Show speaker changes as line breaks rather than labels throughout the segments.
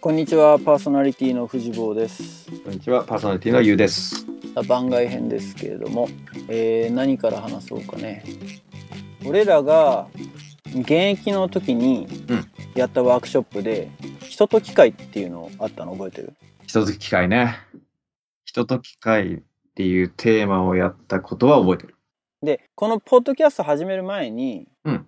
こんにちは、パーソナリティの藤坊です。
こんにちは、パーソナリティのゆうです。
さあ番外編ですけれども、えー何から話そうかね。俺らが現役の時に
うん
やったワークショップで、人と機械っていうのあったの覚えてる
人と機械ね。人と機械っていうテーマをやったことは覚えてる。
で、このポッドキャスト始める前に、
うん。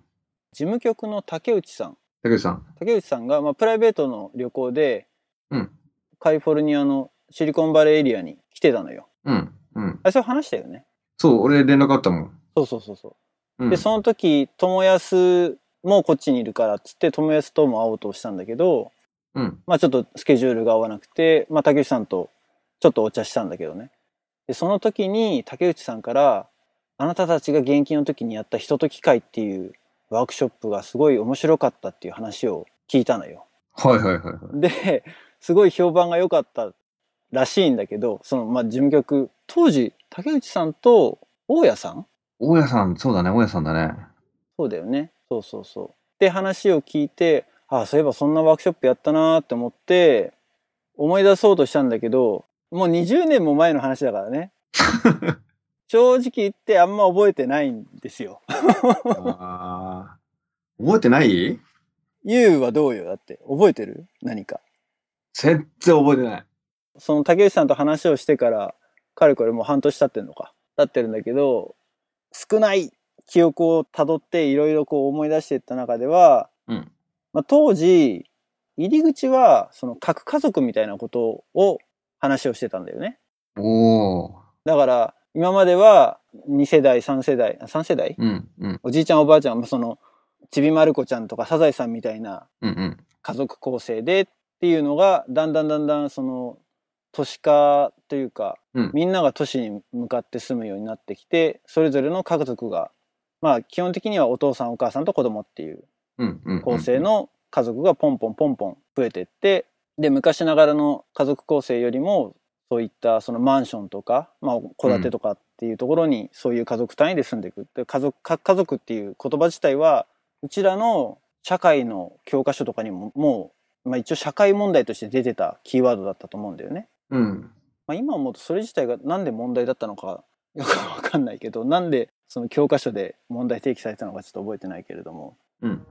事務局の竹内さん、
竹内さん。
竹内さんが、まあ、プライベートの旅行で
うん。
カリフォルニアのシリコンバレーエリアに来てたのよ。
うん。うん。
あ、それ話したよね。
そう、俺連絡あったもん。
そうそうそうそう。
うん。
でその時友安もこっちにいるからっつって友安とも会おうとしたんだけど、
うん。
まあ、ちょっとスケジュールが合わなくて、まあ、竹内さんとちょっとお茶したんだけどねでその時に竹内さんから「あなたたちが現役の時にやった人と機械っていうワークショップがすごい面白かった」っていう話を聞いたのよ。
はいはいはいはい。
ですごい評判が良かったらしいんだけどそのまあ事務局当時竹内さんと大家さん
大家さん、そうだね、大家さんだね。
そうだよね。そうそうそう。で話を聞いて、ああ、そういえばそんなワークショップやったなーって思って、思い出そうとしたんだけど、もう20年も前の話だからね。正直言ってあんま覚えてないんですよ。
あー 覚えてない
ゆうはどうよだって。覚えてる何か。
全然覚えてない。
その竹内さんと話をしてから、かれこれもう半年経ってんのか。経ってるんだけど、少ない記憶をたどっていろいろこう思い出していった中では、
うん。
まあ、当時入り口はその核家族みたいなことを話をしてたんだよね
おー。
だから今までは2世代3世代あ3世代
うん。うん。
おじいちゃんおばあちゃんもそのちびまる子ちゃんとかサザエさんみたいな
うん。うん。
家族構成でっていうのがだんだんだんだんその都市化というか
うん。
みんなが都市に向かって住むようになってきてそれぞれの家族がまあ基本的にはお父さんお母さんと子供っていう
うん。うん。
構成。の家族がポンポンポンポン増えてってで昔ながらの家族構成よりもそういったそのマンションとかまあ戸建てとかっていうところにそういう家族単位で住んでいくで家族か家族っていう言葉自体はうちらの社会の教科書とかにももう、まあ、一応社会問題として出てたキーワードだったと思うんだよね。
うん。
まあ、今思うとそれ自体がなんで問題だったのかよくわかんないけどなんでその教科書で問題提起されたのかちょっと覚えてないけれども
うん。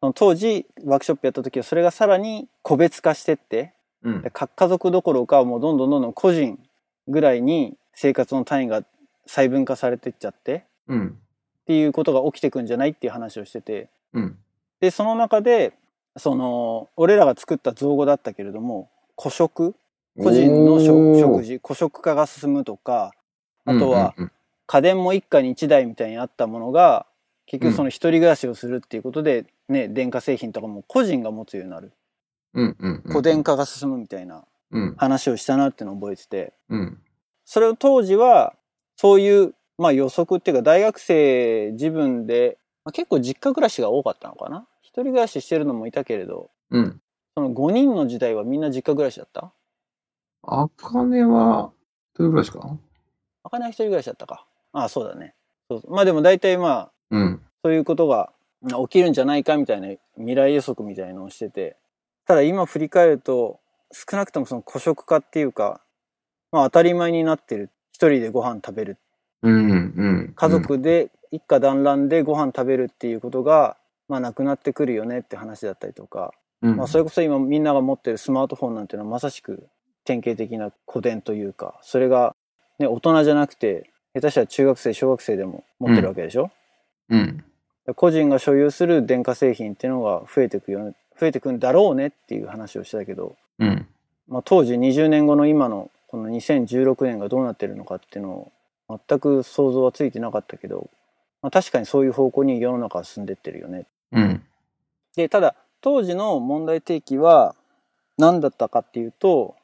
その当時ワークショップやった時はそれがさらに個別化してって
うん
で。か家族どころかもうどんどんどんどん個人ぐらいに生活の単位が細分化されてっちゃって
うん。
っていうことが起きてくんじゃないっていう話をしてて
うん。
でその中でその俺らが作った造語だったけれども個食個人の食食
事。
事個食化が進むとかあとは
うん。
家電も一家に一台みたいにあったものが結局その一人暮らしをするっていうことで、ね電化製品とかも個人が持つようになる。
うん。うん。うん
古典。化が進むみたいな
うん。
話をしたなっていうのを覚えてて
うん。
それを当時はそういう、まあ、予測っていうか大学生自分で、まあ、結構実家暮らしが多かったのかな一人暮らししてるのもいたけれど
うん。
その5人の時代はみんな実家暮らしだった
あかねは、どれぐらいですか
あかねは一人暮らしだったかああそうだねそうそうまあでも大体まあ
うん。
そういうことが起きるんじゃないかみたいな未来予測みたいのをしててただ今振り返ると少なくともその孤食化っていうか、まあ、当たり前になってる一人でご飯食べる
うん、うん。
家族で一家団らんでご飯食べるっていうことが、まあ、なくなってくるよねって話だったりとか、
うん、
まあ、それこそ今みんなが持ってるスマートフォンなんていうのはまさしく典型的な古典というかそれが、ね、大人じゃなくて下手したら中学生小学生でも持ってるわけでしょ、
うん。
個人が所有する電化製品っていうのが増えてくよね増えてくんだろうねっていう話をしてたけど、
うん。
まあ、当時20年後の今のこの2016年がどうなってるのかっていうのを全く想像はついてなかったけど、まあ、確かにそういう方向に世の中は進んでってるよね。
うん。
でただ当時の問題提起は何だったかっていうと、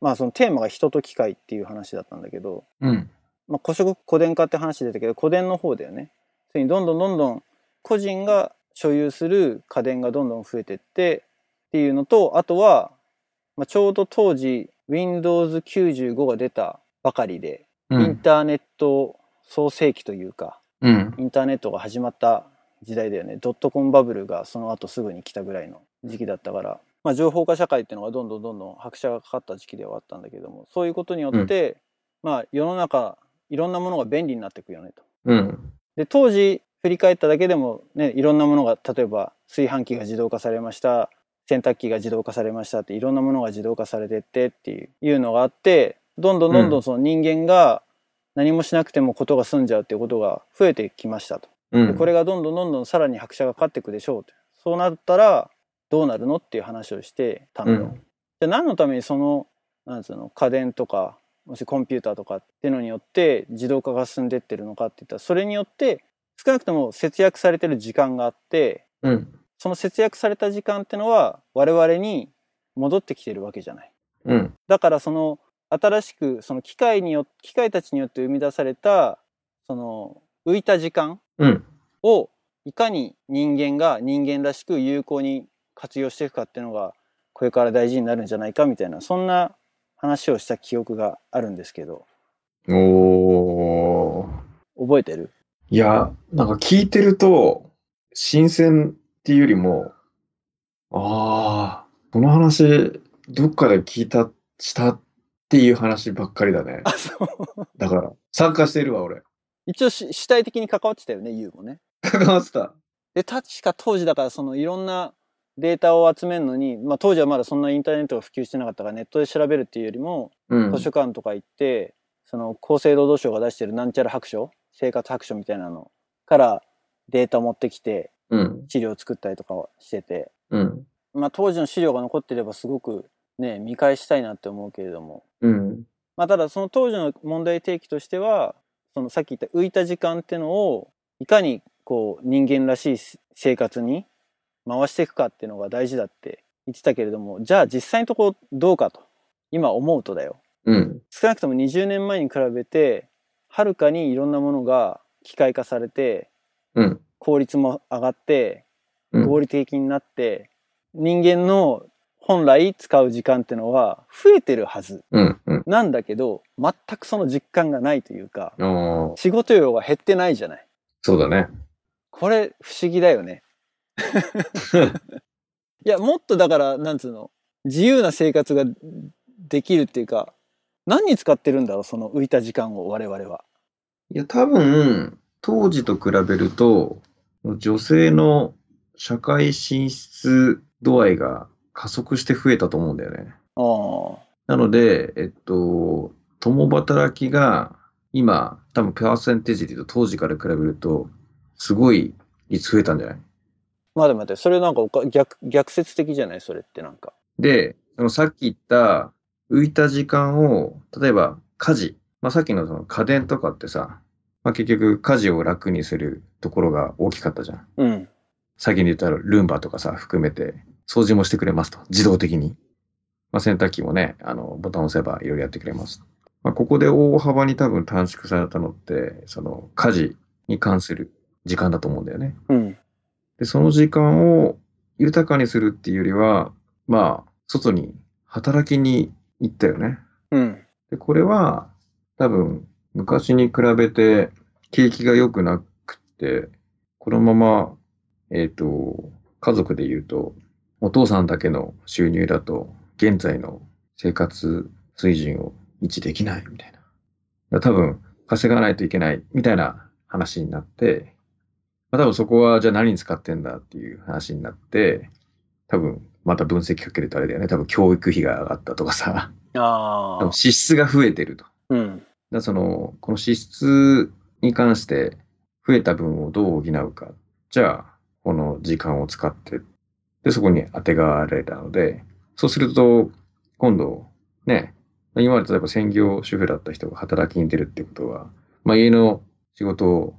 まあ、そのテーマが人と機械っていう話だったんだけど、
うん。
まあ、古色古伝化って話出たけど古伝の方だよねそれにどんどんどんどん個人が所有する家電がどんどん増えてってっていうのとあとは、まあ、ちょうど当時 Windows95 が出たばかりで
う
イン
ん。
ターネット創世期というか、
うん。
インターネットが始まった時代だよねドットコムバブルがその後すぐに来たぐらいの時期だったからまあ、情報化社会っていうのがどんどんどんどん拍車がかかった時期ではあったんだけどもそういうことによって、まあ、世の中いろんなものが便利になっていくよねと。
うん。
で当時振り返っただけでも、ね、いろんなものが例えば炊飯器が自動化されました洗濯機が自動化されましたっていろんなものが自動化されてってっていういうのがあってどんどんどんど
うん
その人間が何もしなくてもことが済んじゃうっていうことが増えてきましたと。
う
で
ん。
これがどんどんどんどんさらに拍車がかかっていくでしょうとそうなったらどうなるのっていう話をしてたのよ。
うん
じゃあ何のためにそのなんつうの家電とかもしコンピューターとかっていうのによって自動化が進んでってるのかって言ったらそれによって少なくとも節約されてる時間があって
うん。
その節約された時間ってのは我々に戻ってきてるわけじゃない。
うん。
だからその新しくその機械によ機械たちによって生み出されたその浮いた時間
うん。
をいかに人間が人間らしく有効に活用していくかっていうのがこれから大事になるんじゃないかみたいなそんな話をした記憶があるんですけど
おー。
覚えてる
いや、なんか聞いてると、新鮮っていうよりも、ああ、この話、どっかで聞いた、したっていう話ばっかりだね
あ。そう
だから、参加してるわ、俺。
一応し主体的に関わってたよねユウもね。
関わってた。
で確か当時だからそのいろんなデータを集めるのに、まあ、当時はまだそんなインターネットが普及してなかったからネットで調べるっていうよりも
うん。
図書館とか行ってその厚生労働省が出してるなんちゃら白書生活白書みたいなのからデータを持ってきて
うん。
資料を作ったりとかはしてて、
うん。
まあ、当時の資料が残ってればすごくね見返したいなって思うけれども、
うん。
まあ、ただその当時の問題提起としてはそのさっき言った浮いた時間ってのをいかにこう人間らしい生活に回していくかっていうのが大事だって言ってたけれどもじゃあ実際のところどうかと今思うとだよ
うん。
少なくとも20年前に比べてはるかにいろんなものが機械化されて
うん。
効率も上がって
うん。
合理的になって、人間の本来使う時間ってのは増えてるはず
うん。うん。
なんだけど全くその実感がないというか
ああ、
仕事量が減ってないじゃない
そうだね。
これ不思議だよ ねいやもっとだからなんつうの自由な生活ができるっていうか何に使ってるんだろうその浮いた時間を我々は。
いや、多分、当時と比べると、女性の社会進出度合いが加速して増えたと思うんだよね。
あ
なので、えっと、共働きが今、多分パーセンテージで言うと当時から比べると、すごい率増えたんじゃない
まあでも待ってそれなんかおか逆逆説的じゃないそれってなんか。
で、そのさっき言った浮いた時間を、例えば家事、まあ、さっきのその家電とかってさ、まあ、結局家事を楽にするところが大きかったじゃん。
うん。
先に言ったらルンバとかさ、含めて、掃除もしてくれますと。自動的に。まあ、洗濯機もね、あの、ボタンを押せばいろいろやってくれます。まあ、ここで大幅に多分短縮されたのって、その家事に関する時間だと思うんだよね。
うん。
で、その時間を豊かにするっていうよりは、まあ、外に働きに行ったよね。
うん。
で、これは多分昔に比べて景気が良くなくって、このまま、えっ、と、家族で言うと、お父さんだけの収入だと、現在の生活水準を維持できないみたいな。だから多分、稼がないといけないみたいな話になって、まあ、多分そこはじゃあ何に使ってんだっていう話になって、多分また分析かけるとあれだよね。多分教育費が上がったとかさ。
あ
多
あ
分。支出が増えてると。だか
うん。
らその、この支出に関して増えた分をどう補うか。じゃあ、この時間を使って、で、そこに当てがわれたので、そうすると、今度、ね、今まで例えば専業主婦だった人が働きに出るってことは、まあ家の仕事を、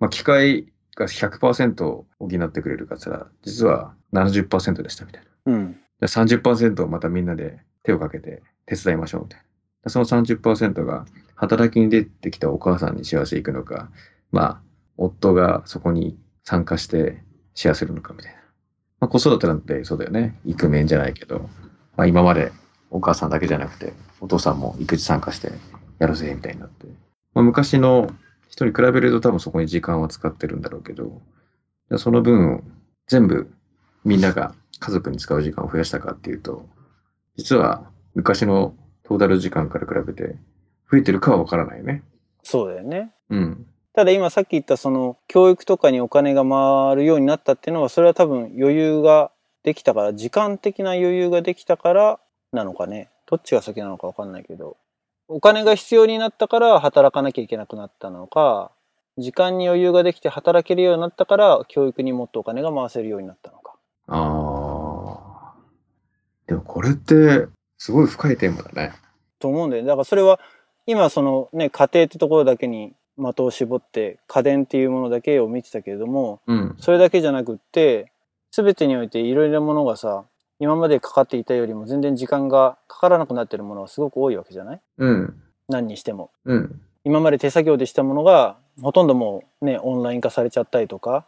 まあ機械が100%補ってくれるかつら、実は70%でしたみたいな。
うん。
じゃあ30%をまたみんなで手をかけて手伝いましょうみたいな。その30%が働きに出てきたお母さんに幸せいくのか、まあ、夫がそこに参加してシェアするのかみたいな。まあ、子育てなんてそうだよね。育面じゃないけど、まあ今までお母さんだけじゃなくて、お父さんも育児参加してやるぜみたいになって。まあ、昔の人に比べると多分そこに時間は使ってるんだろうけど、じゃあその分全部みんなが家族に使う時間を増やしたかっていうと、実は昔のトータル時間から比べて増えてるかはわからないよね。
そうだよね。
うん。
ただ今さっき言ったその教育とかにお金が回るようになったっていうのはそれは多分余裕ができたから時間的な余裕ができたからなのかねどっちが先なのか分かんないけどお金が必要になったから働かなきゃいけなくなったのか時間に余裕ができて働けるようになったから教育にもっとお金が回せるようになったのか
ああ。でもこれって、すごい深いテーマだね。
と思うんだよねだからそれは今そのね家庭ってところだけに的を絞って家電っていうものだけを見てたけれども
うん。
それだけじゃなくって全てにおいていろいろなものがさ今までかかっていたよりも全然時間がかからなくなってるものはすごく多いわけじゃない
うん。
何にしても
うん。
今まで手作業でしたものがほとんどもうねオンライン化されちゃったりとか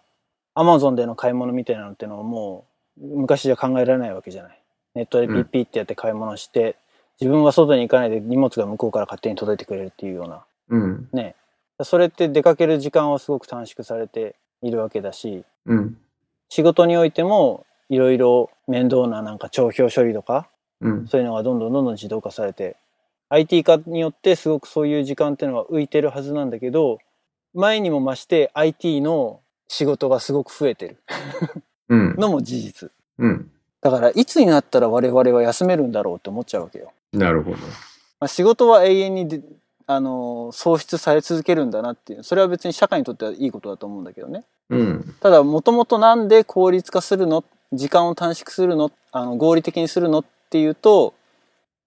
アマゾンでの買い物みたいなのってのはもう昔じゃ考えられないわけじゃないネットでピッピってやって買い物して、自分は外に行かないで荷物が向こうから勝手に届いてくれるっていうような
うん。
それって出かける時間はすごく短縮されているわけだし
うん。
仕事においてもいろいろ面倒ななんか帳票処理とか
うん。
そういうのがどんどんどんどん自動化されて IT 化によってすごくそういう時間っていうのは浮いてるはずなんだけど前にも増して IT の仕事がすごく増えてる
うん。
のも事実
うん。
だからいつになったら我々は休めるんだろうって思っちゃうわけよ、
なるほど。
まあ、仕事は永遠にであのー喪失され続けるんだなっていうそれは別に社会にとってはいいことだと思うんだけどね
うん。
ただもともとなんで効率化するの時間を短縮するのあの合理的にするのっていうと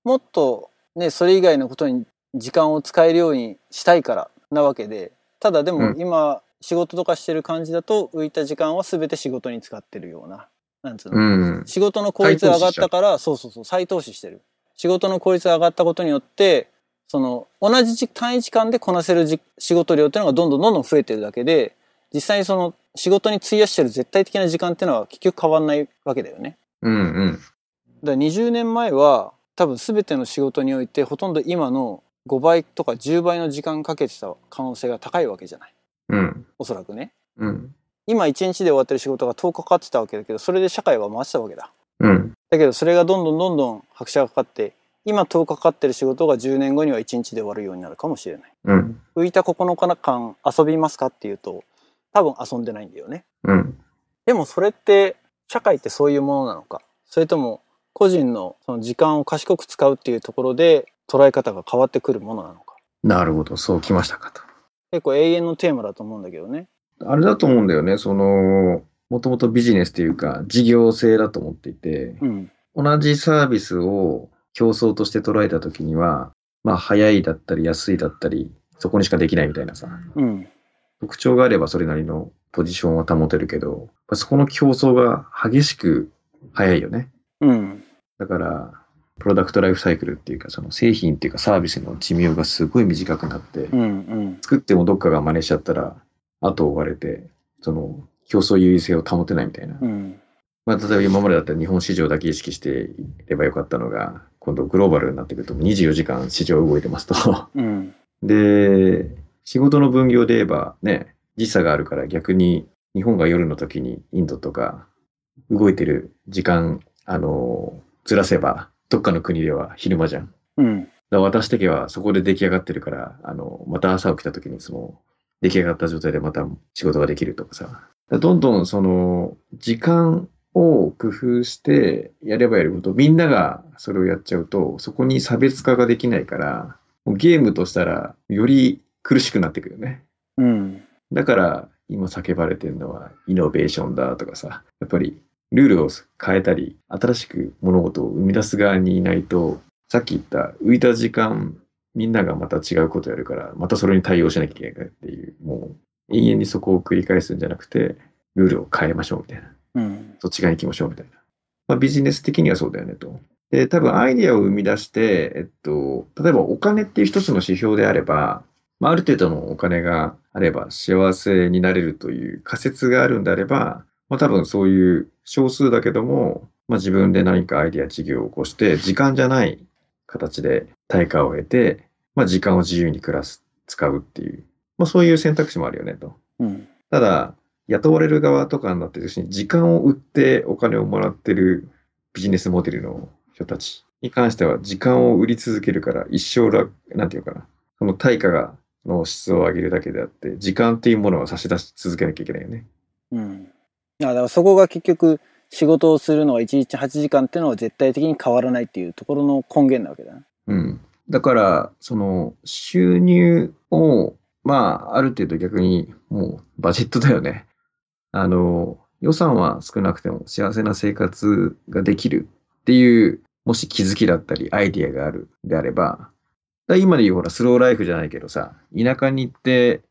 もっとねそれ以外のことに時間を使えるようにしたいからなわけでただでも
うん
今仕事とかしてる感じだと浮いた時間は全て仕事に使ってるようななんつうの、
うん。
仕事の効率が上がったからそうそうそう再投資してる仕事の効率が上がったことによってその同じ時単位時間でこなせるじ仕事量っていうのがどんどんどんどん増えてるだけで実際にその仕事に費やしてる絶対的な時間っていうのは結局変わんないわけだよね
うん。うん。
だから20年前は多分全ての仕事においてほとんど今の5倍とか10倍の時間かけてた可能性が高いわけじゃない
うん。
おそらくね
うん。
今1日で終わってる仕事が10日かかってたわけだけどそれで社会は回してたわけだ
うん。
だけどそれがどんどんどんどん拍車がかかって今10日かかってる仕事が10年後には1日で終わるようになるかもしれない
うん。
浮いた9日間遊びますかっていうと多分遊んでないんだよね
うん。
でもそれって社会ってそういうものなのかそれとも個人のその時間を賢く使うっていうところで捉え方が変わってくるものなのか
なるほど。そうきましたかと。
結構永遠のテーマだと思うんだけどね
あれだと思うんだよね。その、もともとビジネスというか、事業性だと思っていて、
うん
同じサービスを競争として捉えたときには、まあ、早いだったり、安いだったり、そこにしかできないみたいなさ、
うん
特徴があればそれなりのポジションは保てるけど、まあそこの競争が激しく早いよね。
うん
だから、プロダクトライフサイクルっていうか、その製品っていうかサービスの寿命がすごい短くなって、
うんうん
作ってもどっかが真似しちゃったら、後を追われて、その競争優位性を保てないみたいな。
うん
まあ、例えば今までだったら日本市場だけ意識していればよかったのが、今度グローバルになってくると24時間市場動いてますと。
うん
で、仕事の分業で言えばね、時差があるから逆に日本が夜の時にインドとか動いてる時間、あの、ずらせばどっかの国では昼間じゃん。だか
うん
ら私的にはそこで出来上がってるから、あの、また朝起きた時にその出来上がった状態でまた仕事ができるとかさ。だからどんどんその時間を工夫してやればやるほどみんながそれをやっちゃうとそこに差別化ができないからもうゲームとしたらより苦しくなってくるよね。
うん
だから今叫ばれてるのはイノベーションだとかさ、やっぱりルールを変えたり、新しく物事を生み出す側にいないと、さっき言った浮いた時間、みんながまた違うことやるから、またそれに対応しなきゃいけないっていう、もう永遠にそこを繰り返すんじゃなくて、ルールを変えましょうみたいな。
うん
そっち側に行きましょうみたいな。まあ、ビジネス的にはそうだよねと。で、多分アイディアを生み出して、えっと、例えばお金っていう一つの指標であれば、まあ、ある程度のお金があれば幸せになれるという仮説があるんであれば、まあ、多分そういう少数だけども、まあ、自分で何かアイディア事業を起こして、時間じゃない形で対価を得て、まあ、時間を自由に暮らす、使うっていう、まあ、そういう選択肢もあるよねと。
うん
ただ、雇われる側とかになってるし、時間を売ってお金をもらってるビジネスモデルの人たちに関しては、時間を売り続けるから、一生楽、なんていうかな、その対価が、の質を上げるだけであって、時間っていうものは差し出し続けなきゃいけないよね。
うん。あだからそこが結局仕事をするのが1日8時間っていうのは絶対的に変わらないっていうところの根源なわけだね。
うん。だから、その、収入を、まあ、ある程度逆に、もう、バジェットだよね。あの、予算は少なくても幸せな生活ができるっていう、もし気づきだったり、アイディアがあるであれば、だ今で言うほら、スローライフじゃないけどさ、田舎に行って、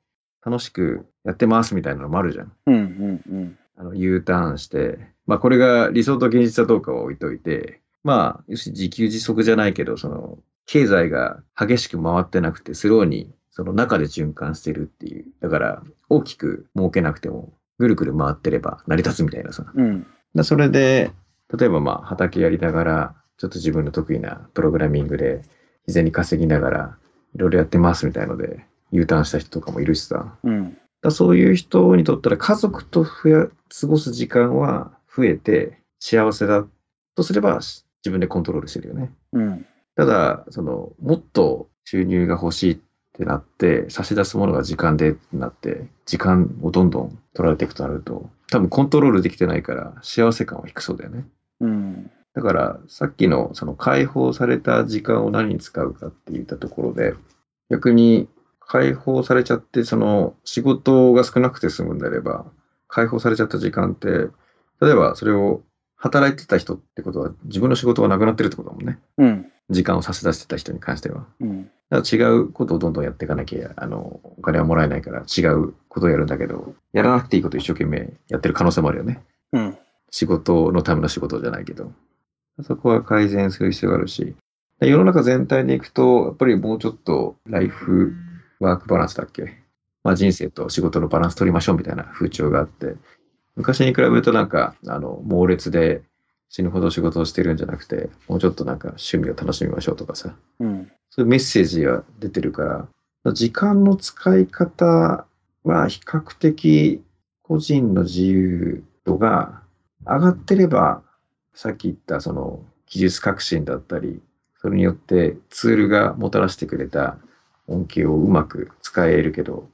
楽しくやってますみたいなのもあるじゃん。
うんうんうん。
あの U ターンして、まあこれが理想と現実はどうかは置いといて、まあ、要するに自給自足じゃないけど、その、経済が激しく回ってなくて、スローに、その中で循環してるっていう。だから、大きく儲けなくても、ぐるぐる回ってれば成り立つみたいなさ。
うん。
だそれで、例えばまあ畑やりながら、ちょっと自分の得意なプログラミングで、自然に稼ぎながら、いろいろやってますみたいので、U ターンした人とかもいるしさ。
うん。
だそういう人にとったら家族と増や過ごす時間は増えて幸せだとすればし自分でコントロールしてるよね。
うん。
ただ、その、もっと収入が欲しいってなって、差し出すものが時間でってなって、時間をどんどん取られていくとなると、多分コントロールできてないから幸せ感は低そうだよね。
うん。
だから、さっきのその解放された時間を何に使うかって言ったところで、逆に解放されちゃって、その仕事が少なくて済むんであれば、解放されちゃった時間って、例えばそれを働いてた人ってことは、自分の仕事がなくなってるってことだもんね。
うん。
時間を差し出してた人に関しては。
うん。
だから違うことをどんどんやっていかなきゃ、あの、お金はもらえないから違うことをやるんだけど、やらなくていいことを一生懸命やってる可能性もあるよね。
うん。
仕事のための仕事じゃないけど、そこは改善する必要があるし、世の中全体でいくと、やっぱりもうちょっとライフワークバランスだっけ、まあ、人生と仕事のバランス取りましょうみたいな風潮があって、昔に比べるとなんか、あの、猛烈で死ぬほど仕事をしてるんじゃなくて、もうちょっとなんか趣味を楽しみましょうとかさ、
うん。
そういうメッセージが出てるから、時間の使い方は比較的個人の自由度が上がってれば、さっき言ったその技術革新だったり、それによってツールがもたらしてくれた恩恵をうまく使えるけど、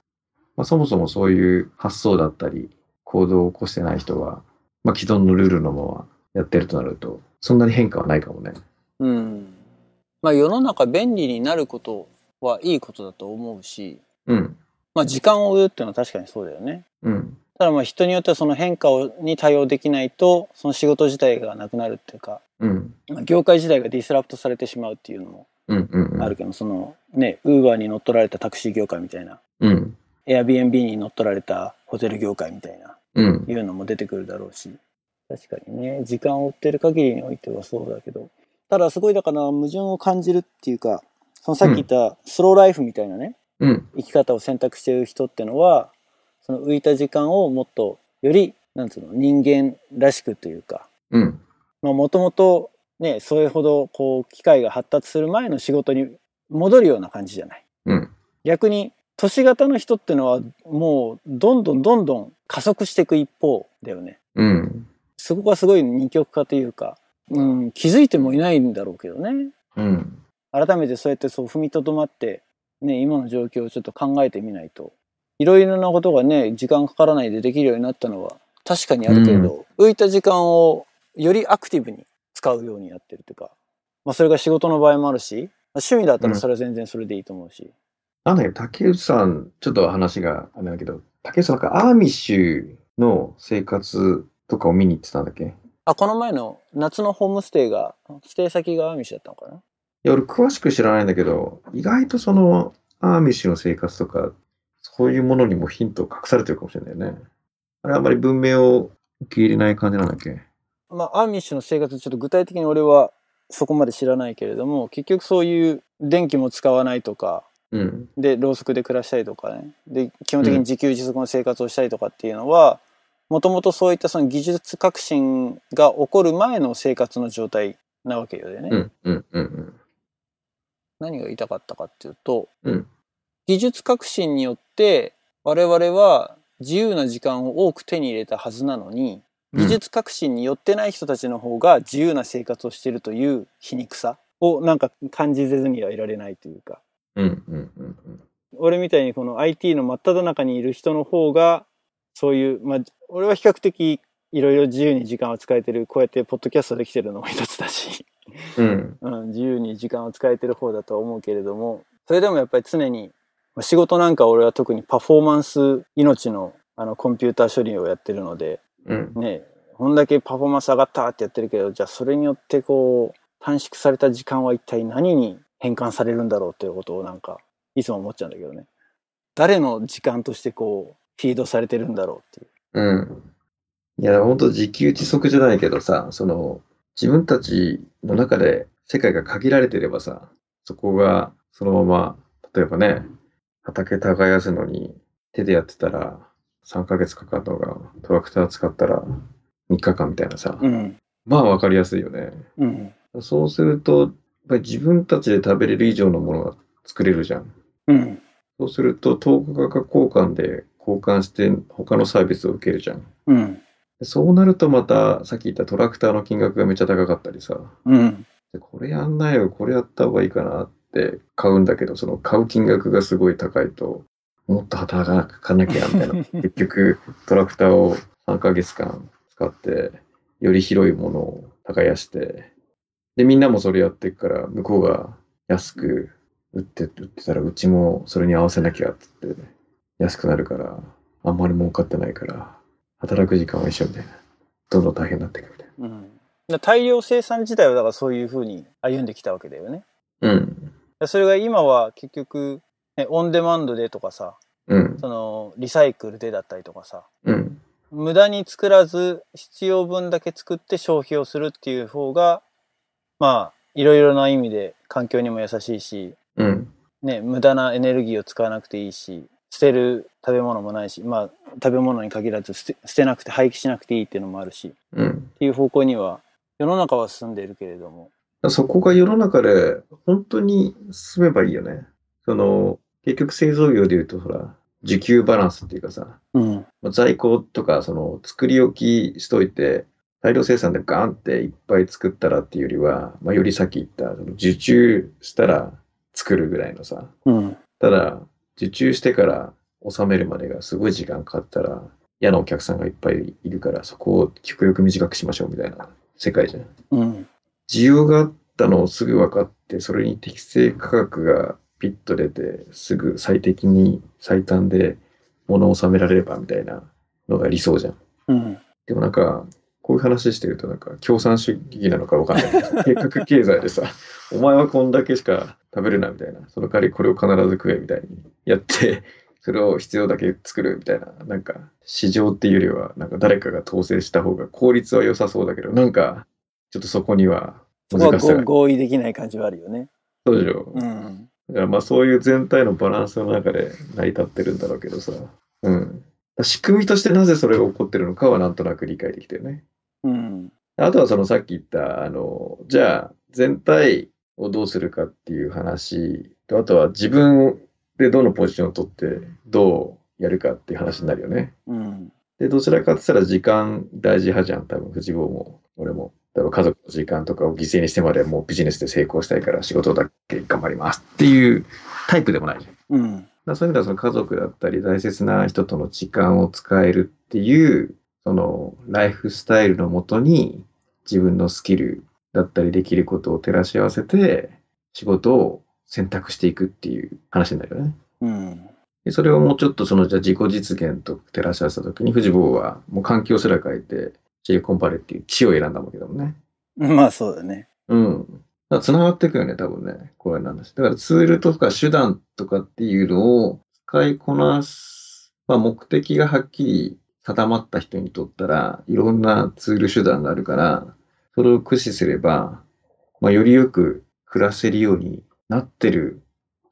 まあ、そもそもそういう発想だったり、行動を起こしてない人は、まあ、既存のルールのままやってるとなると、そんなに変化はないかもね。
うん。まあ世の中便利になることはいいことだと思うし、
うん。
まあ時間を追うっていうのは確かにそうだよね。
うん。
ただまあ人によってはその変化をに対応できないと、その仕事自体がなくなるっていうか、
うん。
まあ業界自体がディスラプトされてしまうっていうのも
うん。うん。うん
あるけど、そのね、ウーバーに乗っ取られたタクシー業界みたいな、
うん。
Airbnb に乗っ取られたホテル業界みたいな、
うん。
いうのも出てくるだろうし。確かにね、時間を追ってる限りにおいてはそうだけど。ただすごいだから矛盾を感じるっていうか、そのさっき言ったスローライフみたいなね、
うん。
生き方を選択してる人ってのは、その浮いた時間をもっとより、なんつうの、人間らしくというか、
うん。
まあもともとね、それほどこう機械が発達する前の仕事に戻るような感じじゃない。
うん。
逆に都市型の人ってのはもうどんどんどんどん加速していく一方だよね。
うん。
そこがすごい二極化というか、うん、気づいてもいないんだろうけどね。
うん。
改めてそうやってそう踏みとどまって、ね、今の状況をちょっと考えてみないと。いろいろなことがね、時間かからないでできるようになったのは確かにあるけれど、浮いた時間をよりアクティブに使うようになってるというか、まあそれが仕事の場合もあるし、まあ趣味だったらそれは全然それでいいと思うし。
なんだけど、竹内さん、ちょっと話があれだけど、竹内さん、なんかアーミッシュの生活とかを見に行ってたんだっけい
あ、この前の夏のホームステイが、指定先がアーミッシュだったのかな
や、俺詳しく知らないんだけど、意外とそのアーミッシュの生活とか、そういうものにもヒント隠されてるかもしれないよね。あれ、あんまり文明を受け入れない感じなんだっけ
まあ、アーミッシュの生活、ちょっと具体的に俺はそこまで知らないけれども、結局そういう電気も使わないとか、
うん。
で、ろうそくで暮らしたりとかね、で、基本的に自給自足の生活をしたりとかっていうのは、もともとそういったその技術革新が起こる前の生活の状態なわけよね。
うん。うん。うん。
何が言いたかったかっていうと、
うん
技術革新によって我々は自由な時間を多く手に入れたはずなのに、
うん
技術革新によってない人たちの方が自由な生活をしているという皮肉さをなんか感じせずにはいられないというか、
うんうんうんうん。
俺みたいにこの IT の真っ只中にいる人の方が、そういう、まあ、俺は比較的いろいろ自由に時間を使えてる、こうやってポッドキャストできてるのも一つだし、
うん
うん、自由に時間を使えてる方だとは思うけれども、それでもやっぱり常に、まあ仕事なんか俺は特にパフォーマンス命のあのコンピューター処理をやってるので、
うん
ね、こんだけパフォーマンス上がったってやってるけど、じゃあそれによってこう、短縮された時間は一体何に変換されるんだろうっていうことをなんか、いつも思っちゃうんだけどね。誰の時間としてこう、フィードされてるんだろうっていう。
うん。いや、本当自給自足じゃないけどさ、その、自分たちの中で世界が限られてればさ、そこがそのまま、例えばね、畑耕すのに手でやってたら3ヶ月かかるのが、トラクター使ったら3日間みたいなさ、
うん。
まあわかりやすいよね。
うん。
そうすると、やっぱり自分たちで食べれる以上のものが作れるじゃん。
うん。
そうすると、等価格交換で交換して他のサービスを受けるじゃん。
うん。
そうなるとまた、さっき言ったトラクターの金額がめっちゃ高かったりさ、
うん。
でこれやんないよ、これやった方がいいかなって買うんだけど、その買う金額がすごい高いと、もっと働かなきゃみたいな。結局、トラクターを3ヶ月間使って、より広いものを耕して、で、みんなもそれやってくから、向こうが安く売って、売ってたら、うちもそれに合わせなきゃってって、安くなるから、あんまり儲かってないから、働く時間は一緒みたいな。どんどん大変になっていくみたい
うん。だから大量生産自体はだからそういうふうに歩んできたわけだよね。
な。うん。
それが今は結局、ね、オンデマンドでとかさ、
うん。
その、リサイクルでだったりとかさ、
うん。
無駄に作らず必要分だけ作って消費をするっていう方がまあいろいろな意味で環境にも優しいし、
うん。
ね、無駄なエネルギーを使わなくていいし捨てる食べ物もないしまあ食べ物に限らず捨て捨てなくて廃棄しなくていいっていうのもあるしっ
うん。
ていう方向には世の中は進んでいるけれども。
そこが世の中で本当に進めばいいよね。その、結局製造業で言うと、ほら、需給バランスっていうかさ、
うん
まあ在庫とか、その、作り置きしといて、大量生産でガンっていっぱい作ったらっていうよりは、まあ、よりさっき言った、その受注したら作るぐらいのさ、
うん
ただ、受注してから納めるまでがすごい時間かかったら、嫌なお客さんがいっぱいいるから、そこを極力短くしましょうみたいな世界じゃん。
うん
需要があったのをすぐ分かって、それに適正価格がピッと出て、すぐ最適に最短で物を納められればみたいなのが理想じゃん。
うん
でもなんか、こういう話してるとなんか共産主義なのか分かんないけど。計画経済でさ、 お前はこんだけしか食べるなみたいな、その代わりこれを必ず食えみたいにやって、それを必要だけ作るみたいな、なんか市場っていうよりは、なんか誰かが統制した方が効率は良さそうだけど、なんかちょっとそこには
そこは
難しさ
ご
が。
合意できない感じはあるよね。
そうでしょ
うん
だからまあそういう全体のバランスの中で成り立ってるんだろうけどさ。うん。仕組みとしてなぜそれが起こってるのかはなんとなく理解できてるね。
うん
あとはそのさっき言った、あの、じゃあ全体をどうするかっていう話と、あとは自分でどのポジションを取ってどうやるかっていう話になるよね。
うん
で、どちらかって言ったら時間大事派じゃん。多分、藤坊も、俺も。多分家族の時間とかを犠牲にしてまでもうビジネスで成功したいから仕事だけ頑張りますっていうタイプでもないじゃん。だか
うん
らそういう意味ではその家族だったり大切な人との時間を使えるっていう、そのライフスタイルのもとに自分のスキルだったりできることを照らし合わせて仕事を選択していくっていう話になるよね。
うん
でそれをもうちょっとそのじゃあ自己実現と照らし合わせた時に藤坊はもう環境すら変えてシリコンバレーっていう地を選んだわけだもんね。
まあそうだね。
うん。だから繋がっていくよね、多分ね。これなんです。だからツールとか手段とかっていうのを使いこなす、まあ目的がはっきり定まった人にとったら、いろんなツール手段があるから、それを駆使すれば、まあよりよく暮らせるようになってる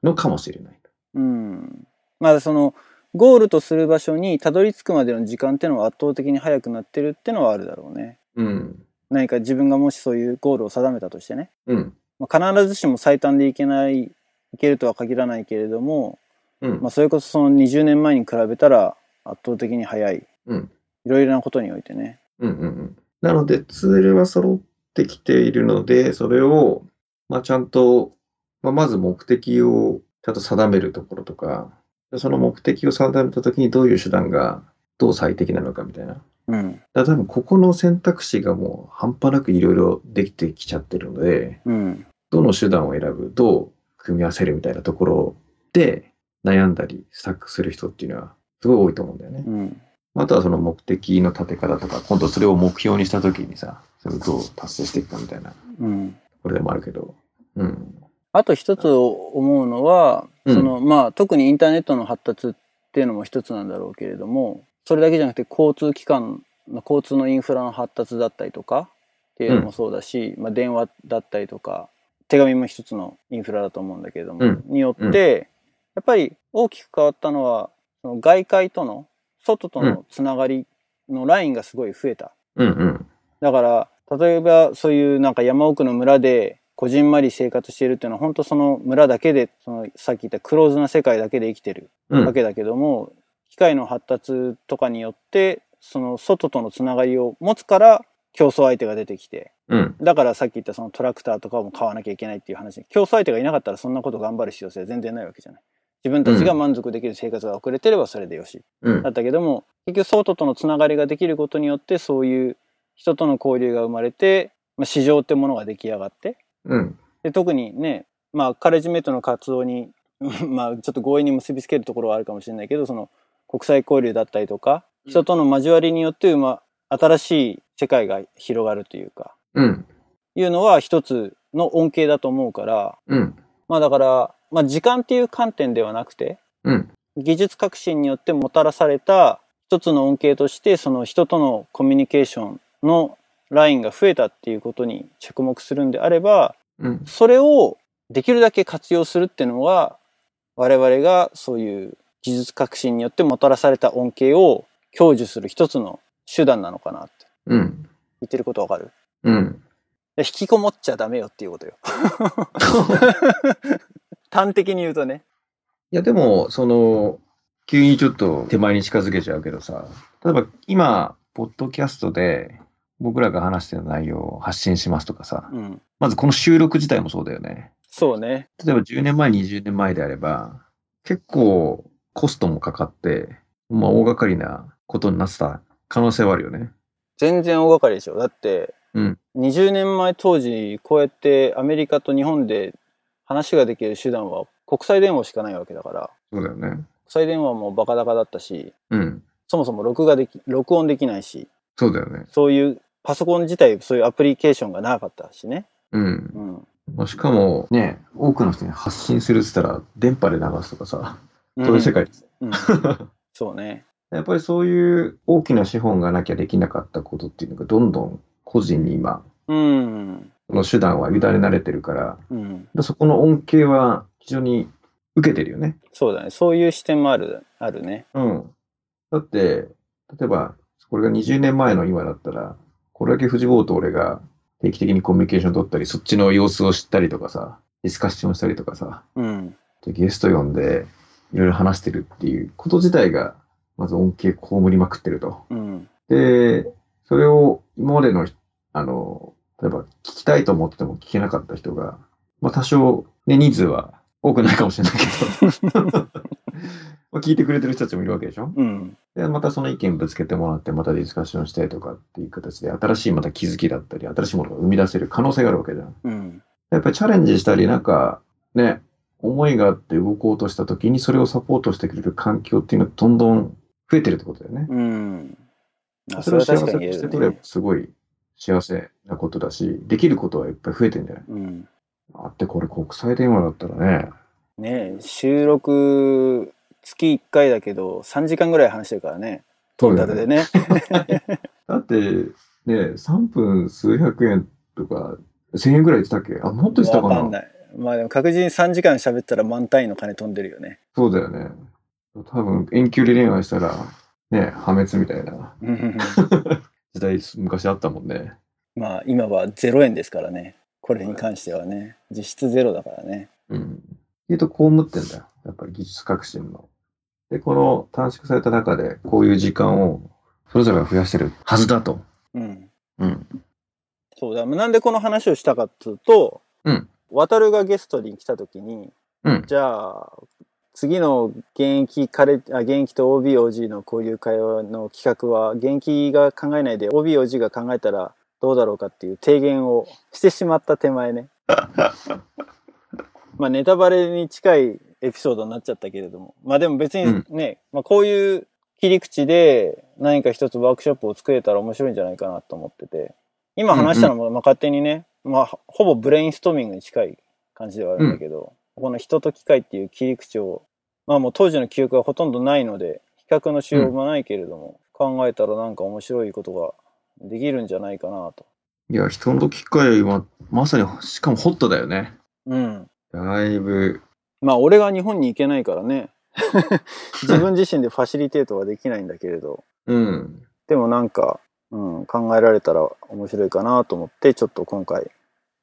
のかもしれない。
うん、まあそのゴールとする場所にたどり着くまでの時間ってのは圧倒的に早くなってるってのはあるだろうね。
うん。
何か自分がもしそういうゴールを定めたとしてね、
うん。
まあ、必ずしも最短でいけないいけるとは限らないけれども、
うん
まあ、。それこそその20年前に比べたら圧倒的に早い。
うん
いろいろなことにおいてね。
うんうんうん。なので、ツールは揃ってきているので、それを、まあ、ちゃんと、まあ、まず目的をちゃんと定めるところとか、その目的を定めたときにどういう手段がどう最適なのかみたいな。
うん。
だから多分ここの選択肢がもう半端なくいろいろできてきちゃってるので、
うん。
どの手段を選ぶ、どう組み合わせるみたいなところで悩んだり、スタックする人っていうのはすごい多いと思うんだよね。
うん。
あとはその目的の立て方とか、今度それを目標にした時にさ、それをどう達成していくかみたいな、
うん。
これでもあるけど。うん。
あと一つ思うのは、
うん
そのまあ特にインターネットの発達っていうのも一つなんだろうけれどもそれだけじゃなくて交通機関の交通のインフラの発達だったりとかっていうのもそうだし、まあ、電話だったりとか手紙も一つのインフラだと思うんだけれども、
うん
によってやっぱり大きく変わったのはその外界との外とのつながりのラインがすごい増えた
うんうん。
だから、例えばそういうなんか山奥の村で、こじんまり生活しているっていうのは、本当その村だけで、そのさっき言ったクローズな世界だけで生きてる
うん。
わけだけども、機械の発達とかによって、その外とのつながりを持つから、競争相手が出てきて、
うん。
だからさっき言ったそのトラクターとかも買わなきゃいけないっていう話、競争相手がいなかったらそんなこと頑張る必要性は全然ないわけじゃない。自分たちが満足できる生活が遅れてればそれでよし。
うん
だ。ったけども結局外とのつながりができることによってそういう人との交流が生まれて、まあ、市場ってものが出来上がって
うん。
で特にねまあカレッジメイトの活動に まあちょっと強引に結びつけるところはあるかもしれないけどその国際交流だったりとか
うん
人との交わりによって、まあ、新しい世界が広がるというか
うん。
いうのは一つの恩恵だと思うから
うん。
まあだから、まあ、時間っていう観点ではなくて
うん。
技術革新によってもたらされた一つの恩恵としてその人とのコミュニケーションのラインが増えたっていうことに着目するんであれば
うん。
それをできるだけ活用するっていうのは我々がそういう技術革新によってもたらされた恩恵を享受する一つの手段なのかなって
うん。
言ってることわかる
うん。
引きこもっちゃダメよっていうことよ。 端的に言うとね。
いや、でも、その、急にちょっと手前に近づけちゃうけどさ、例えば今、ポッドキャストで僕らが話してる内容を発信しますとかさ、
うん。
まずこの収録自体もそうだよね。
そうね。
例えば10年前、20年前であれば、結構コストもかかって、まあ大掛かりなことになってた可能性はあるよね。
全然大掛かりでしょだって、
うん
20年前当時こうやってアメリカと日本で話ができる手段は国際電話しかないわけだから
そうだよね。
国際電話もバカ高だったし
うん。
そもそも録画でき録音できないし
そうだよね。
そういうパソコン自体そういうアプリケーションがなかったしね、
うん
う。ん
まあ、しかもね、多くの人に発信するって言ったら、電波で流すとかさ、
うん、
そういう世界です。
うん、そうね
やっぱりそういう大きな資本がなきゃできなかったことっていうのが、どんどん個人に今、
うん
この手段は委ねられてるから、
うん
でそこの恩恵は非常に受けてるよね。
そうだねそういう視点もあるあるね
うん。だって、例えば、これが20年前の今だったら、これだけ藤坊と俺が定期的にコミュニケーション取ったり、そっちの様子を知ったりとかさ、ディスカッションしたりとかさ、
うん
でゲスト呼んで、いろいろ話してるっていうこと自体が、まず恩恵被りまくってると。
うん
で、それを今までの、あの、例えば聞きたいと思っても聞けなかった人が、まあ多少、ね、人数は多くないかもしれないけど、 まあ聞いてくれてる人たちもいるわけでしょ
うん
で、またその意見ぶつけてもらって、またディスカッションしたりとかっていう形で、新しいまた気づきだったり、新しいものが生み出せる可能性があるわけじゃん。
うん
やっぱりチャレンジしたり、なんか、ね、思いがあって動こうとした時に、それをサポートしてくれる環境っていうのがどんどん増えてるってことだよね。
うんあ
それを幸せ
言
に
え
し
るね
てくれば、すごい幸せなことだし、できることはいっぱい増えてるんじゃない
うん
あって、これ国際電話だったらね、
ねえ収録月1回だけど3時間ぐらい話してるからねトータルでね
だって、ね、3分数百円とか、1000円ぐらい言ってたっけあ、もっと言ってた
わ
か
か
なん
ないまあでも確実に3時間喋ったら満単位の金飛んでるよね
そうだよね。多分遠距離恋愛したら、ね、破滅みたいな
うんうんうん
時代、昔あったもんね。
まあ今は0円ですからねこれに関してはね実質ゼロだからね
うん。言うと、こう思ってんだよ。やっぱり技術革新の。で、この短縮された中で、こういう時間をそれぞれが増やしてるはずだと。
うん。
うん。
そうだ。なんでこの話をしたかっつうと、
うん
渡るがゲストに来た時に、
うん
じゃあ、次の現役カレあ現役と OBOG のこういう会話の企画は、現役が考えないで OBOG が考えたらどうだろうかっていう提言をしてしまった手前 ね。まあネタバレに近いエピソードになっちゃったけれども。まあでも別にね、まあこういう切り口で何か一つワークショップを作れたら面白いんじゃないかなと思ってて。今話したのも、まあ勝手にね、まあほぼブレインストーミングに近い感じではあるんだけど、この人と機械っていう切り口を、まあもう当時の記憶はほとんどないので、比較のしようもないけれども、考えたらなんか面白いことができるんじゃないかなと。
いや、人の機会は、まさに、しかもホットだよね。
うん。
だいぶ、
まあ俺が日本に行けないからね、自分自身でファシリテートはできないんだけれど、
うん。
でもなんか、うん、考えられたら面白いかなと思って、ちょっと今回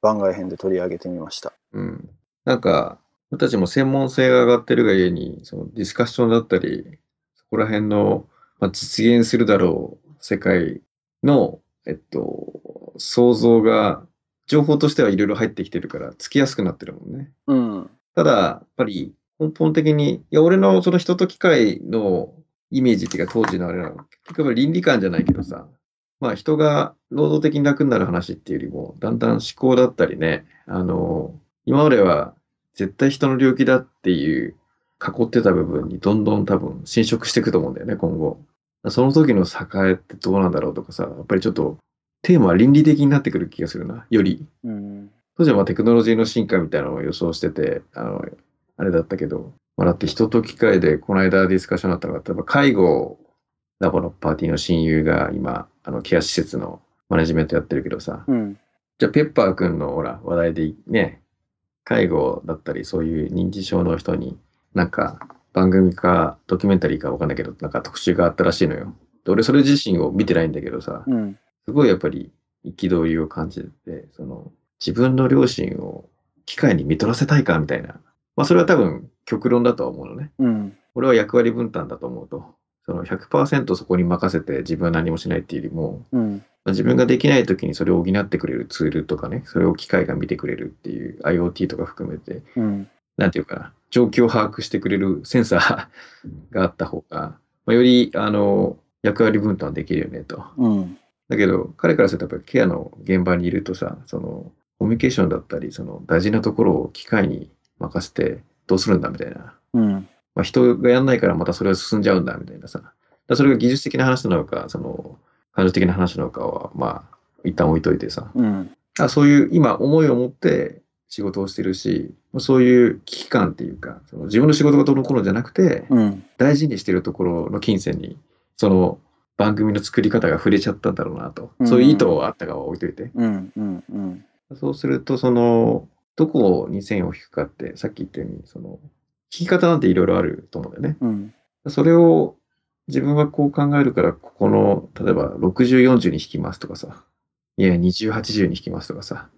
番外編で取り上げてみました。
うん。なんか、僕たちも専門性が上がってるがゆえに、そのディスカッションだったり、そこら辺の、まあ、実現するだろう世界の、えっと、想像が、情報としてはいろいろ入ってきてるから、つきやすくなってるもんね。
うん。
ただ、やっぱり根本的に、いや、俺のその人と機械のイメージっていうか当時のあれなの、結局やっぱり倫理観じゃないけどさ、まあ人が労働的に楽になる話っていうよりも、だんだん思考だったりね、あの、今までは絶対人の領域だっていう囲ってた部分にどんどん多分侵食していくと思うんだよね、今後。その時の栄ってどうなんだろうとかさ、やっぱりちょっとテーマは倫理的になってくる気がするな、より。
うん。
当時はまあテクノロジーの進化みたいなのを予想してて、あの、あれだったけど、まあ、だって人と機械でこの間ディスカッションだったのが、例えば介護ラボのパーティーの親友が今、あの、ケア施設のマネジメントやってるけどさ、
うん。
じゃあペッパーくんのほら、話題でね、介護だったりそういう認知症の人に、なんか番組かドキュメンタリーかわかんないけど、なんか特集があったらしいのよ。で俺それ自身を見てないんだけどさ、
うん。
すごいやっぱり憤りを感じて、その自分の両親を機械に見取らせたいかみたいな。まあそれは多分極論だとは思うのね。
うん。
俺は役割分担だと思うと。その100%そこに任せて自分は何もしないっていうよりも、
うん。
まあ自分ができない時にそれを補ってくれるツールとかね、それを機械が見てくれるっていう IoT とか含めて、
うん。
なんていうかな、状況を把握してくれるセンサーがあった方が、まあ、よりあの役割分担できるよねと。
うん。
だけど、彼からするとやっぱりケアの現場にいるとさ、その、コミュニケーションだったり、その大事なところを機械に任せてどうするんだみたいな。
うん。
まあ、人がやんないからまたそれが進んじゃうんだみたいなさ。だからそれが技術的な話なのか、その、感情的な話なのかは、まあ、一旦置いといてさ。
うん。
あそういう今思いを持って仕事をしてるし、そういう危機感っていうか、その自分の仕事がどうのこうのじゃなくて、
うん。
大事にしてるところの金銭にその番組の作り方が触れちゃったんだろうなと、
うん
そういう意図はあったかは置いといて
うん。うん。うん。
そうするとそのどこに線を引くかってさっき言ったようにその聞き方なんていろいろあると思うんだよね
うん。
それを自分はこう考えるからここの例えば6040に引きますとかさいやいや2080に引きますとかさ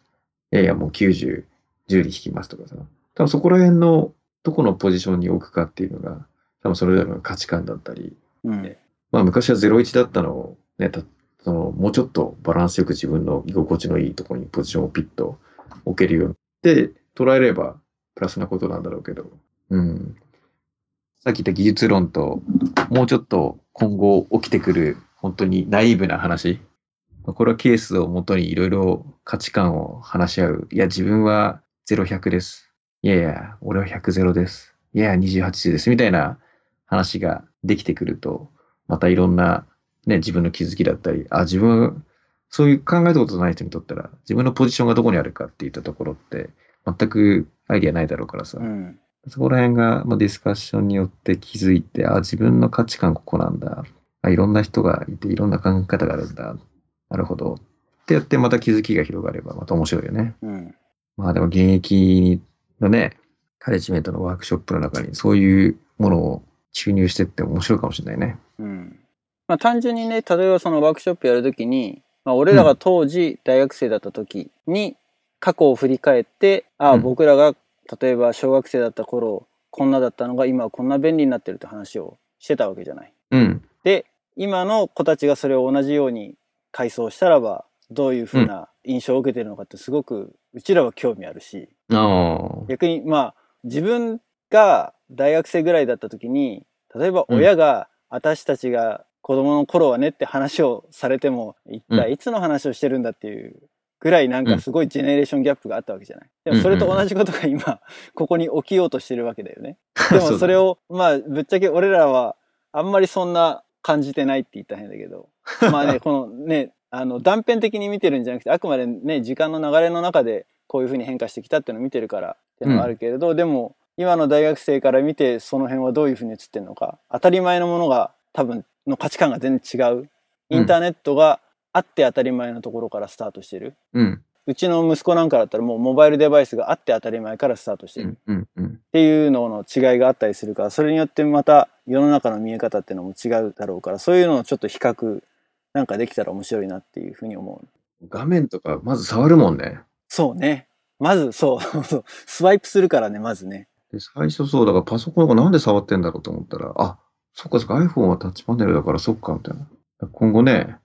いやいやもう9010に引きますとかさ多分そこら辺のどこのポジションに置くかっていうのが多分それぞれの価値観だったり
うん。
まあ昔は01だったのを、ね、たそのもうちょっとバランスよく自分の居心地のいいところにポジションをピッと置けるようにで捉えればプラスなことなんだろうけど、うん。さっき言った技術論と、もうちょっと今後起きてくる本当にナイーブな話。これはケースをもとにいろいろ価値観を話し合う。いや、自分は0100です。いやいや、俺は100です。いやいや、28です。みたいな話ができてくると、またいろんな、ね、自分の気づきだったり、あ、自分、そういう考えたことない人にとったら、自分のポジションがどこにあるかっていったところって、全くアイディアないだろうからさ、
うん。
そこら辺が、まあ、ディスカッションによって気づいて、あ、自分の価値観ここなんだ。あ、いろんな人がいて、いろんな考え方があるんだ。なるほど。ってやって、また気づきが広がれば、また面白いよね。
うん。
まあでも現役のね、カレッジメントのワークショップの中に、そういうものを注入してって面白いかもしれないね。
うん。まあ単純にね、例えばそのワークショップやるときに、まあ俺らが当時大学生だったときに過去を振り返って、ああ、
うん
僕らが例えば小学生だった頃、こんなだったのが今はこんな便利になってるって話をしてたわけじゃない。
うん。
で、今の子たちがそれを同じように改装したらば、どういうふうな印象を受けてるのかってすごくうちらは興味あるし、
ああ。
逆にまあ自分が大学生ぐらいだった時に例えば親が私たちが子供の頃はねって話をされても一
う
体いつの話をしてるんだっていうぐらいなん
う
か
ん
すごいジェネレーションギャップがあったわけじゃない。でもそれと同じことが今ここに起きようとしてるわけだよ ね。で
うだ
もそれをまあぶっちゃけ俺らはあんまりそんな感じてないって言ったら変だけどまあねこのねあの断片的に見てるんじゃなくてあくまでね時間の流れの中でこういうふうに変化してきたっていうのを見てるからっていうのはあるけれど、でも今の大学生から見てその辺はどういうふうに映ってるのか当たり前のものが多分の価値観が全然違うインターネットがあって当たり前のところからスタートしてる、
うん。
うちの息子なんかだったらもうモバイルデバイスがあって当たり前からスタートして
う
る、
ん。うん。うん。
っていうのの違いがあったりするからそれによってまた世の中の見え方っていうのも違うだろうからそういうのをちょっと比較なんかできたら面白いなっていうふうに思う
画面とか、まず触るもんね。
そうねまずそうそうスワイプするからねまずね
で、最初そう、だからパソコンがなんで触ってんだろうと思ったら、あ、そっかそっか、iPhone はタッチパネルだからそっか、みたいな。今後ね、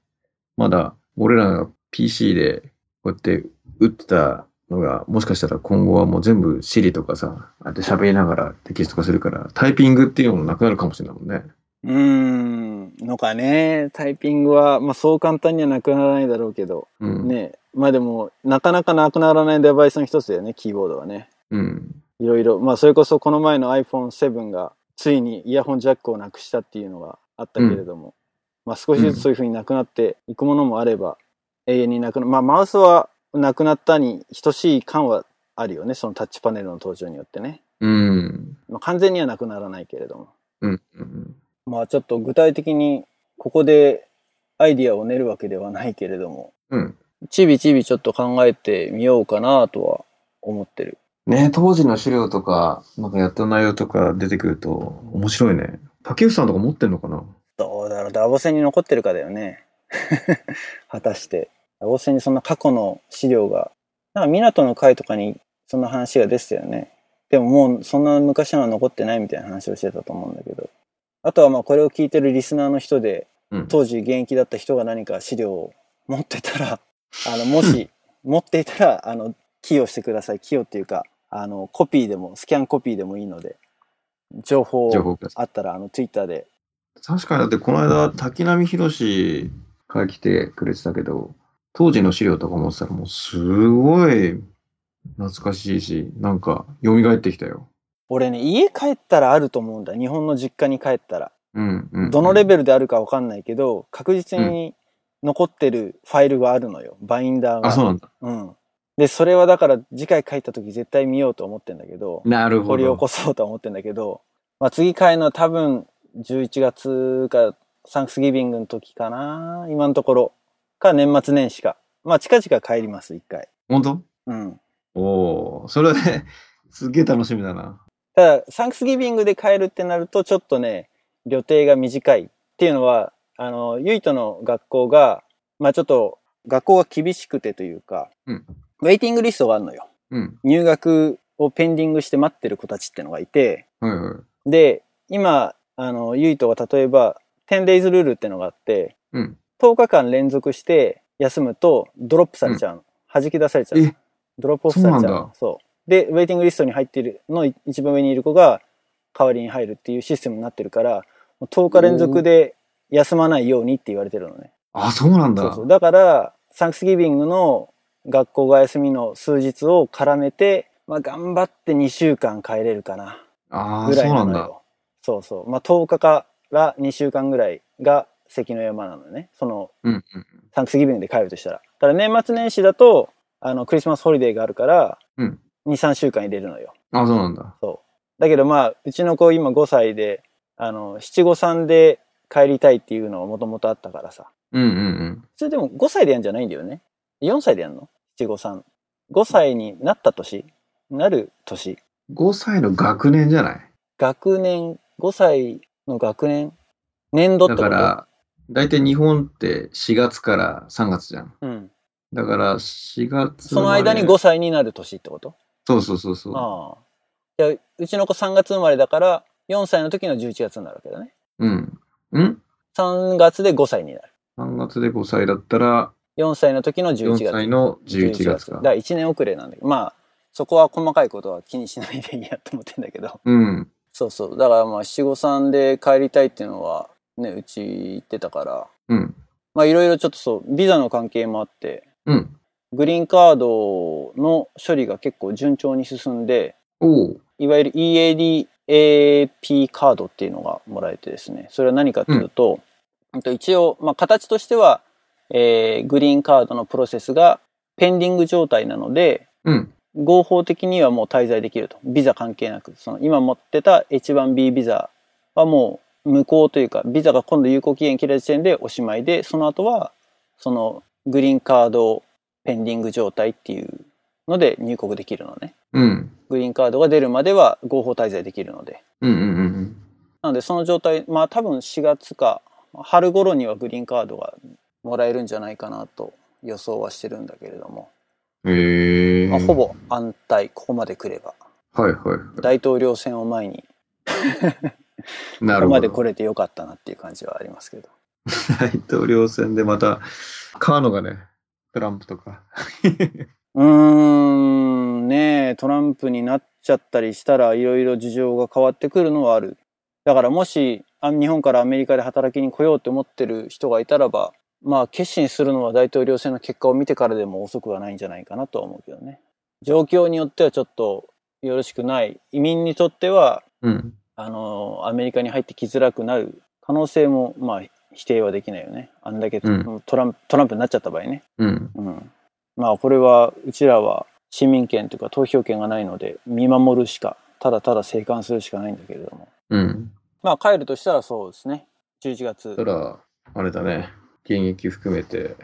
まだ俺らが PC でこうやって打ってたのが、もしかしたら今後はもう全部 Siri とかさ、あって喋りながらテキスト化するから、タイピングっていうのもなくなるかもしれないもんね。
うーんのかねタイピングは、まあ、そう簡単にはなくならないだろうけど
うん。
ねまあでもなかなかなくならないデバイスの一つだよねキーボードはね
うん。
いろいろまあそれこそこの前の iPhone7 がついにイヤホンジャックをなくしたっていうのがあったけれども、まあ少しずつそういうふうになくなっていくものもあれば、永遠になくなまあマウスはなくなったに等しい感はあるよねそのタッチパネルの登場によってね、
うん。
まあ、完全にはなくならないけれども
うん。うん。
まあちょっと具体的にここでアイディアを練るわけではないけれども
うん。
ちびちびちょっと考えてみようかなとは思ってる
ね当時の資料とか、なんかやった内容とか出てくると面白いね。竹内さんとか持ってんのかな
どうだろう、ダボ戦に残ってるかだよね。 果たして。ダボ戦にそんな過去の資料が、なんか港の会とかにそんな話が出てたよね。でももうそんな昔のは残ってないみたいな話をしてたと思うんだけど。あとはまあこれを聞いてるリスナーの人で、
うん。
当時現役だった人が何か資料を持ってたら、 あの、も し持っていたら、あの、寄与してください。寄与っていうか、あの、コピーでも、スキャンコピーでもいいので、情報
情報ください
あったら、あの、ツイッターで
確かにだってこの間滝波宏が来てくれてたけど当時の資料とか持ってたらもうすごい懐かしいしなんか蘇ってきたよ。
俺ね家帰ったらあると思うんだ日本の実家に帰ったら
うんうん、
どのレ
ベ
ベルであるかわかんないけど確実に残ってるファイルがあるのよバインダーが
あそうなんだ。
うん、でそれはだから次回帰った時絶対見ようと思ってんだけど
なるほど。
掘り起こそうとは思ってんだけど、まあ、次帰るのは多分11月かサンクスギビングの時かな今のところか年末年始かまあ近々帰ります一回
本当
うん
おおそれね すっげえ楽しみだな。
ただ、サンクスギビングで帰るってなると、ちょっとね、旅程が短いっていうのは、あの、ゆいとの学校が、まあちょっと、学校が厳しくてというか、
うん
ウェイティングリストがあるのよ。
うん。
入学をペンディングして待ってる子たちってのがいて、
はいはい。
で、今、あの、ゆいとが例えば、10 days ルールってのがあって、
うん。
10日間連続して休むと、ドロップされちゃうの。弾き出されちゃうの
え。
ドロップオフされちゃ
そう
う
なんだ
そうでウェイティングリストに入っているの一番上にいる子が代わりに入るっていうシステムになってるからもう10日連続で休まないようにって言われてるのね
あそうなんだ。
そうそうだからサンクスギビングの学校が休みの数日を絡めて、まあ、頑張って2週間帰れるかな
ああ
ぐ
そ
ら
う
い
な
なんの
だ。
よそうそうまあ、10日から2週間ぐらいが関の山なのねその
うんうん。
サンクスギビングで帰るとしたら。ただ年末年始だと、あの、クリスマスホリデーがあるから、
うん
2、3週間入れるのよ。
あそうなんだ。
だけどまあ、うちの子今5歳で、あの、七五三で帰りたいっていうのはもともとあったからさ。
うんうんうん。
それでも5歳でやんじゃないんだよね。4歳でやんの七五三。5歳になった年なる年
5歳の学年じゃない
学年、5歳の学年年度って
だ
こと
から、大体日本って4月から3月じゃん。
うん。
だから4月
その間に
五
5歳になる年ってこと
そうそうそうそう。
ああ。いや、うちの子3月生まれだから、4歳の時の11月になるわけだね。
うん。ん
3月で5歳になる。
?3 月で5歳だったら、
4歳の時の11
4
月。
歳の11月
だ
か
か。ら1年遅れなんだけど、まあ、そこは細かいことは気にしないでいいやと思ってんだけど。
うん。
そうそう。だからまあ、七五三で帰りたいっていうのは、ね、うち行ってたから、
うん。
まあいろいろちょっとそう、ビザの関係もあって、
うん。
グリーンカードの処理が結構順調に進んで、
おう。
いわゆる EADAP カードっていうのがもらえてですね、それは何かっていうと、うんと一応、まあ形としては、えーグリーンカードのプロセスがペンディング状態なので、
うん。
合法的にはもう滞在できると。ビザ関係なく。その今持ってた H1B ビザはもう無効というか、ビザが今度有効期限切れた時点でおしまいで、その後は、そのグリーンカードペンディング状態っていうので入国できるのね。
うん。
グリーンカードが出るまでは合法滞在できるので。
うん。うん。うん。
なのでその状態、まあ多分4月か春頃にはグリーンカードがもらえるんじゃないかなと予想はしてるんだけれども、
うんへえ。
まあ、ほ。ぼ安泰、ここまで来れば。
はいはい。
大統領選を前に
な
ここ
るほ
まで来
ど。
れてよかったなっていう感じはありますけど。
大統領選でまた、カーノがね、トランプとか。
うーん、ねえ、トランプになっちゃったりしたらいろいろ事情が変わってくるのはある。だからもし、あ日本からアメリカで働きに来ようと思ってる人がいたらば、まあ決心するのは大統領選の結果を見てからでも遅くはないんじゃないかなとは思うけどね。状況によってはちょっとよろしくない。移民にとっては、
うん。
あの、アメリカに入ってきづらくなる可能性も、まあ否定はできないよね。あんだけト,、
うん
トランプ、トランプになっちゃった場合ね。
うん。
うん、まあこれはうちらは市民権というか投票権がないので見守るしかただただ静観するしかないんだけれども
うん。
まあ帰るとしたらそうですね11
た
月
ら、あれだね。現役含めて、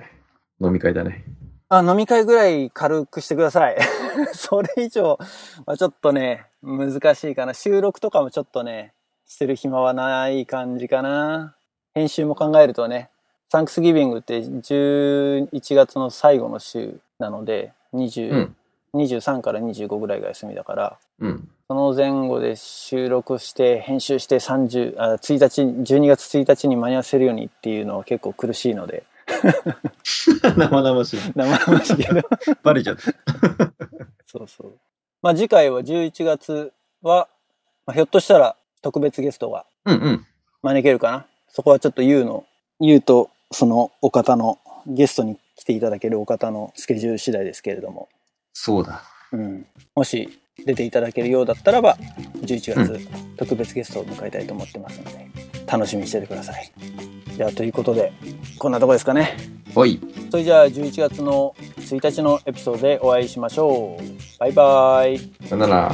飲み会だね。
あ飲み会ぐらい軽くしてください それ以上はちょっとね難しいかな収録とかもちょっとねしてる暇はない感じかな編集も考えるとねサンクスギビングって11月の最後の週なので20、
うん
23から25ぐらいが休みだから
うん。
その前後で収録して編集して30あ1日12月1日に間に合わせるようにっていうのは結構苦しいので
生々しい。
生々しいけど
バレちゃった。
そうそうまあ次回は11月は、まあ、ひょっとしたら特別ゲストが
うんうん。
招けるかなそこはちょっと YOU の YOU とそのお方のゲストに来ていただけるお方のスケジュール次第ですけれども、
そうだ。
うん、もし出ていただけるようだったらば11
う
月特別ゲストを迎えたいと思ってますので、楽しみにしててください。じゃあということでこんなとこですかね。
はい。
それじゃあ11月の1日のエピソードでお会いしましょう。バイバイ。
さよなら。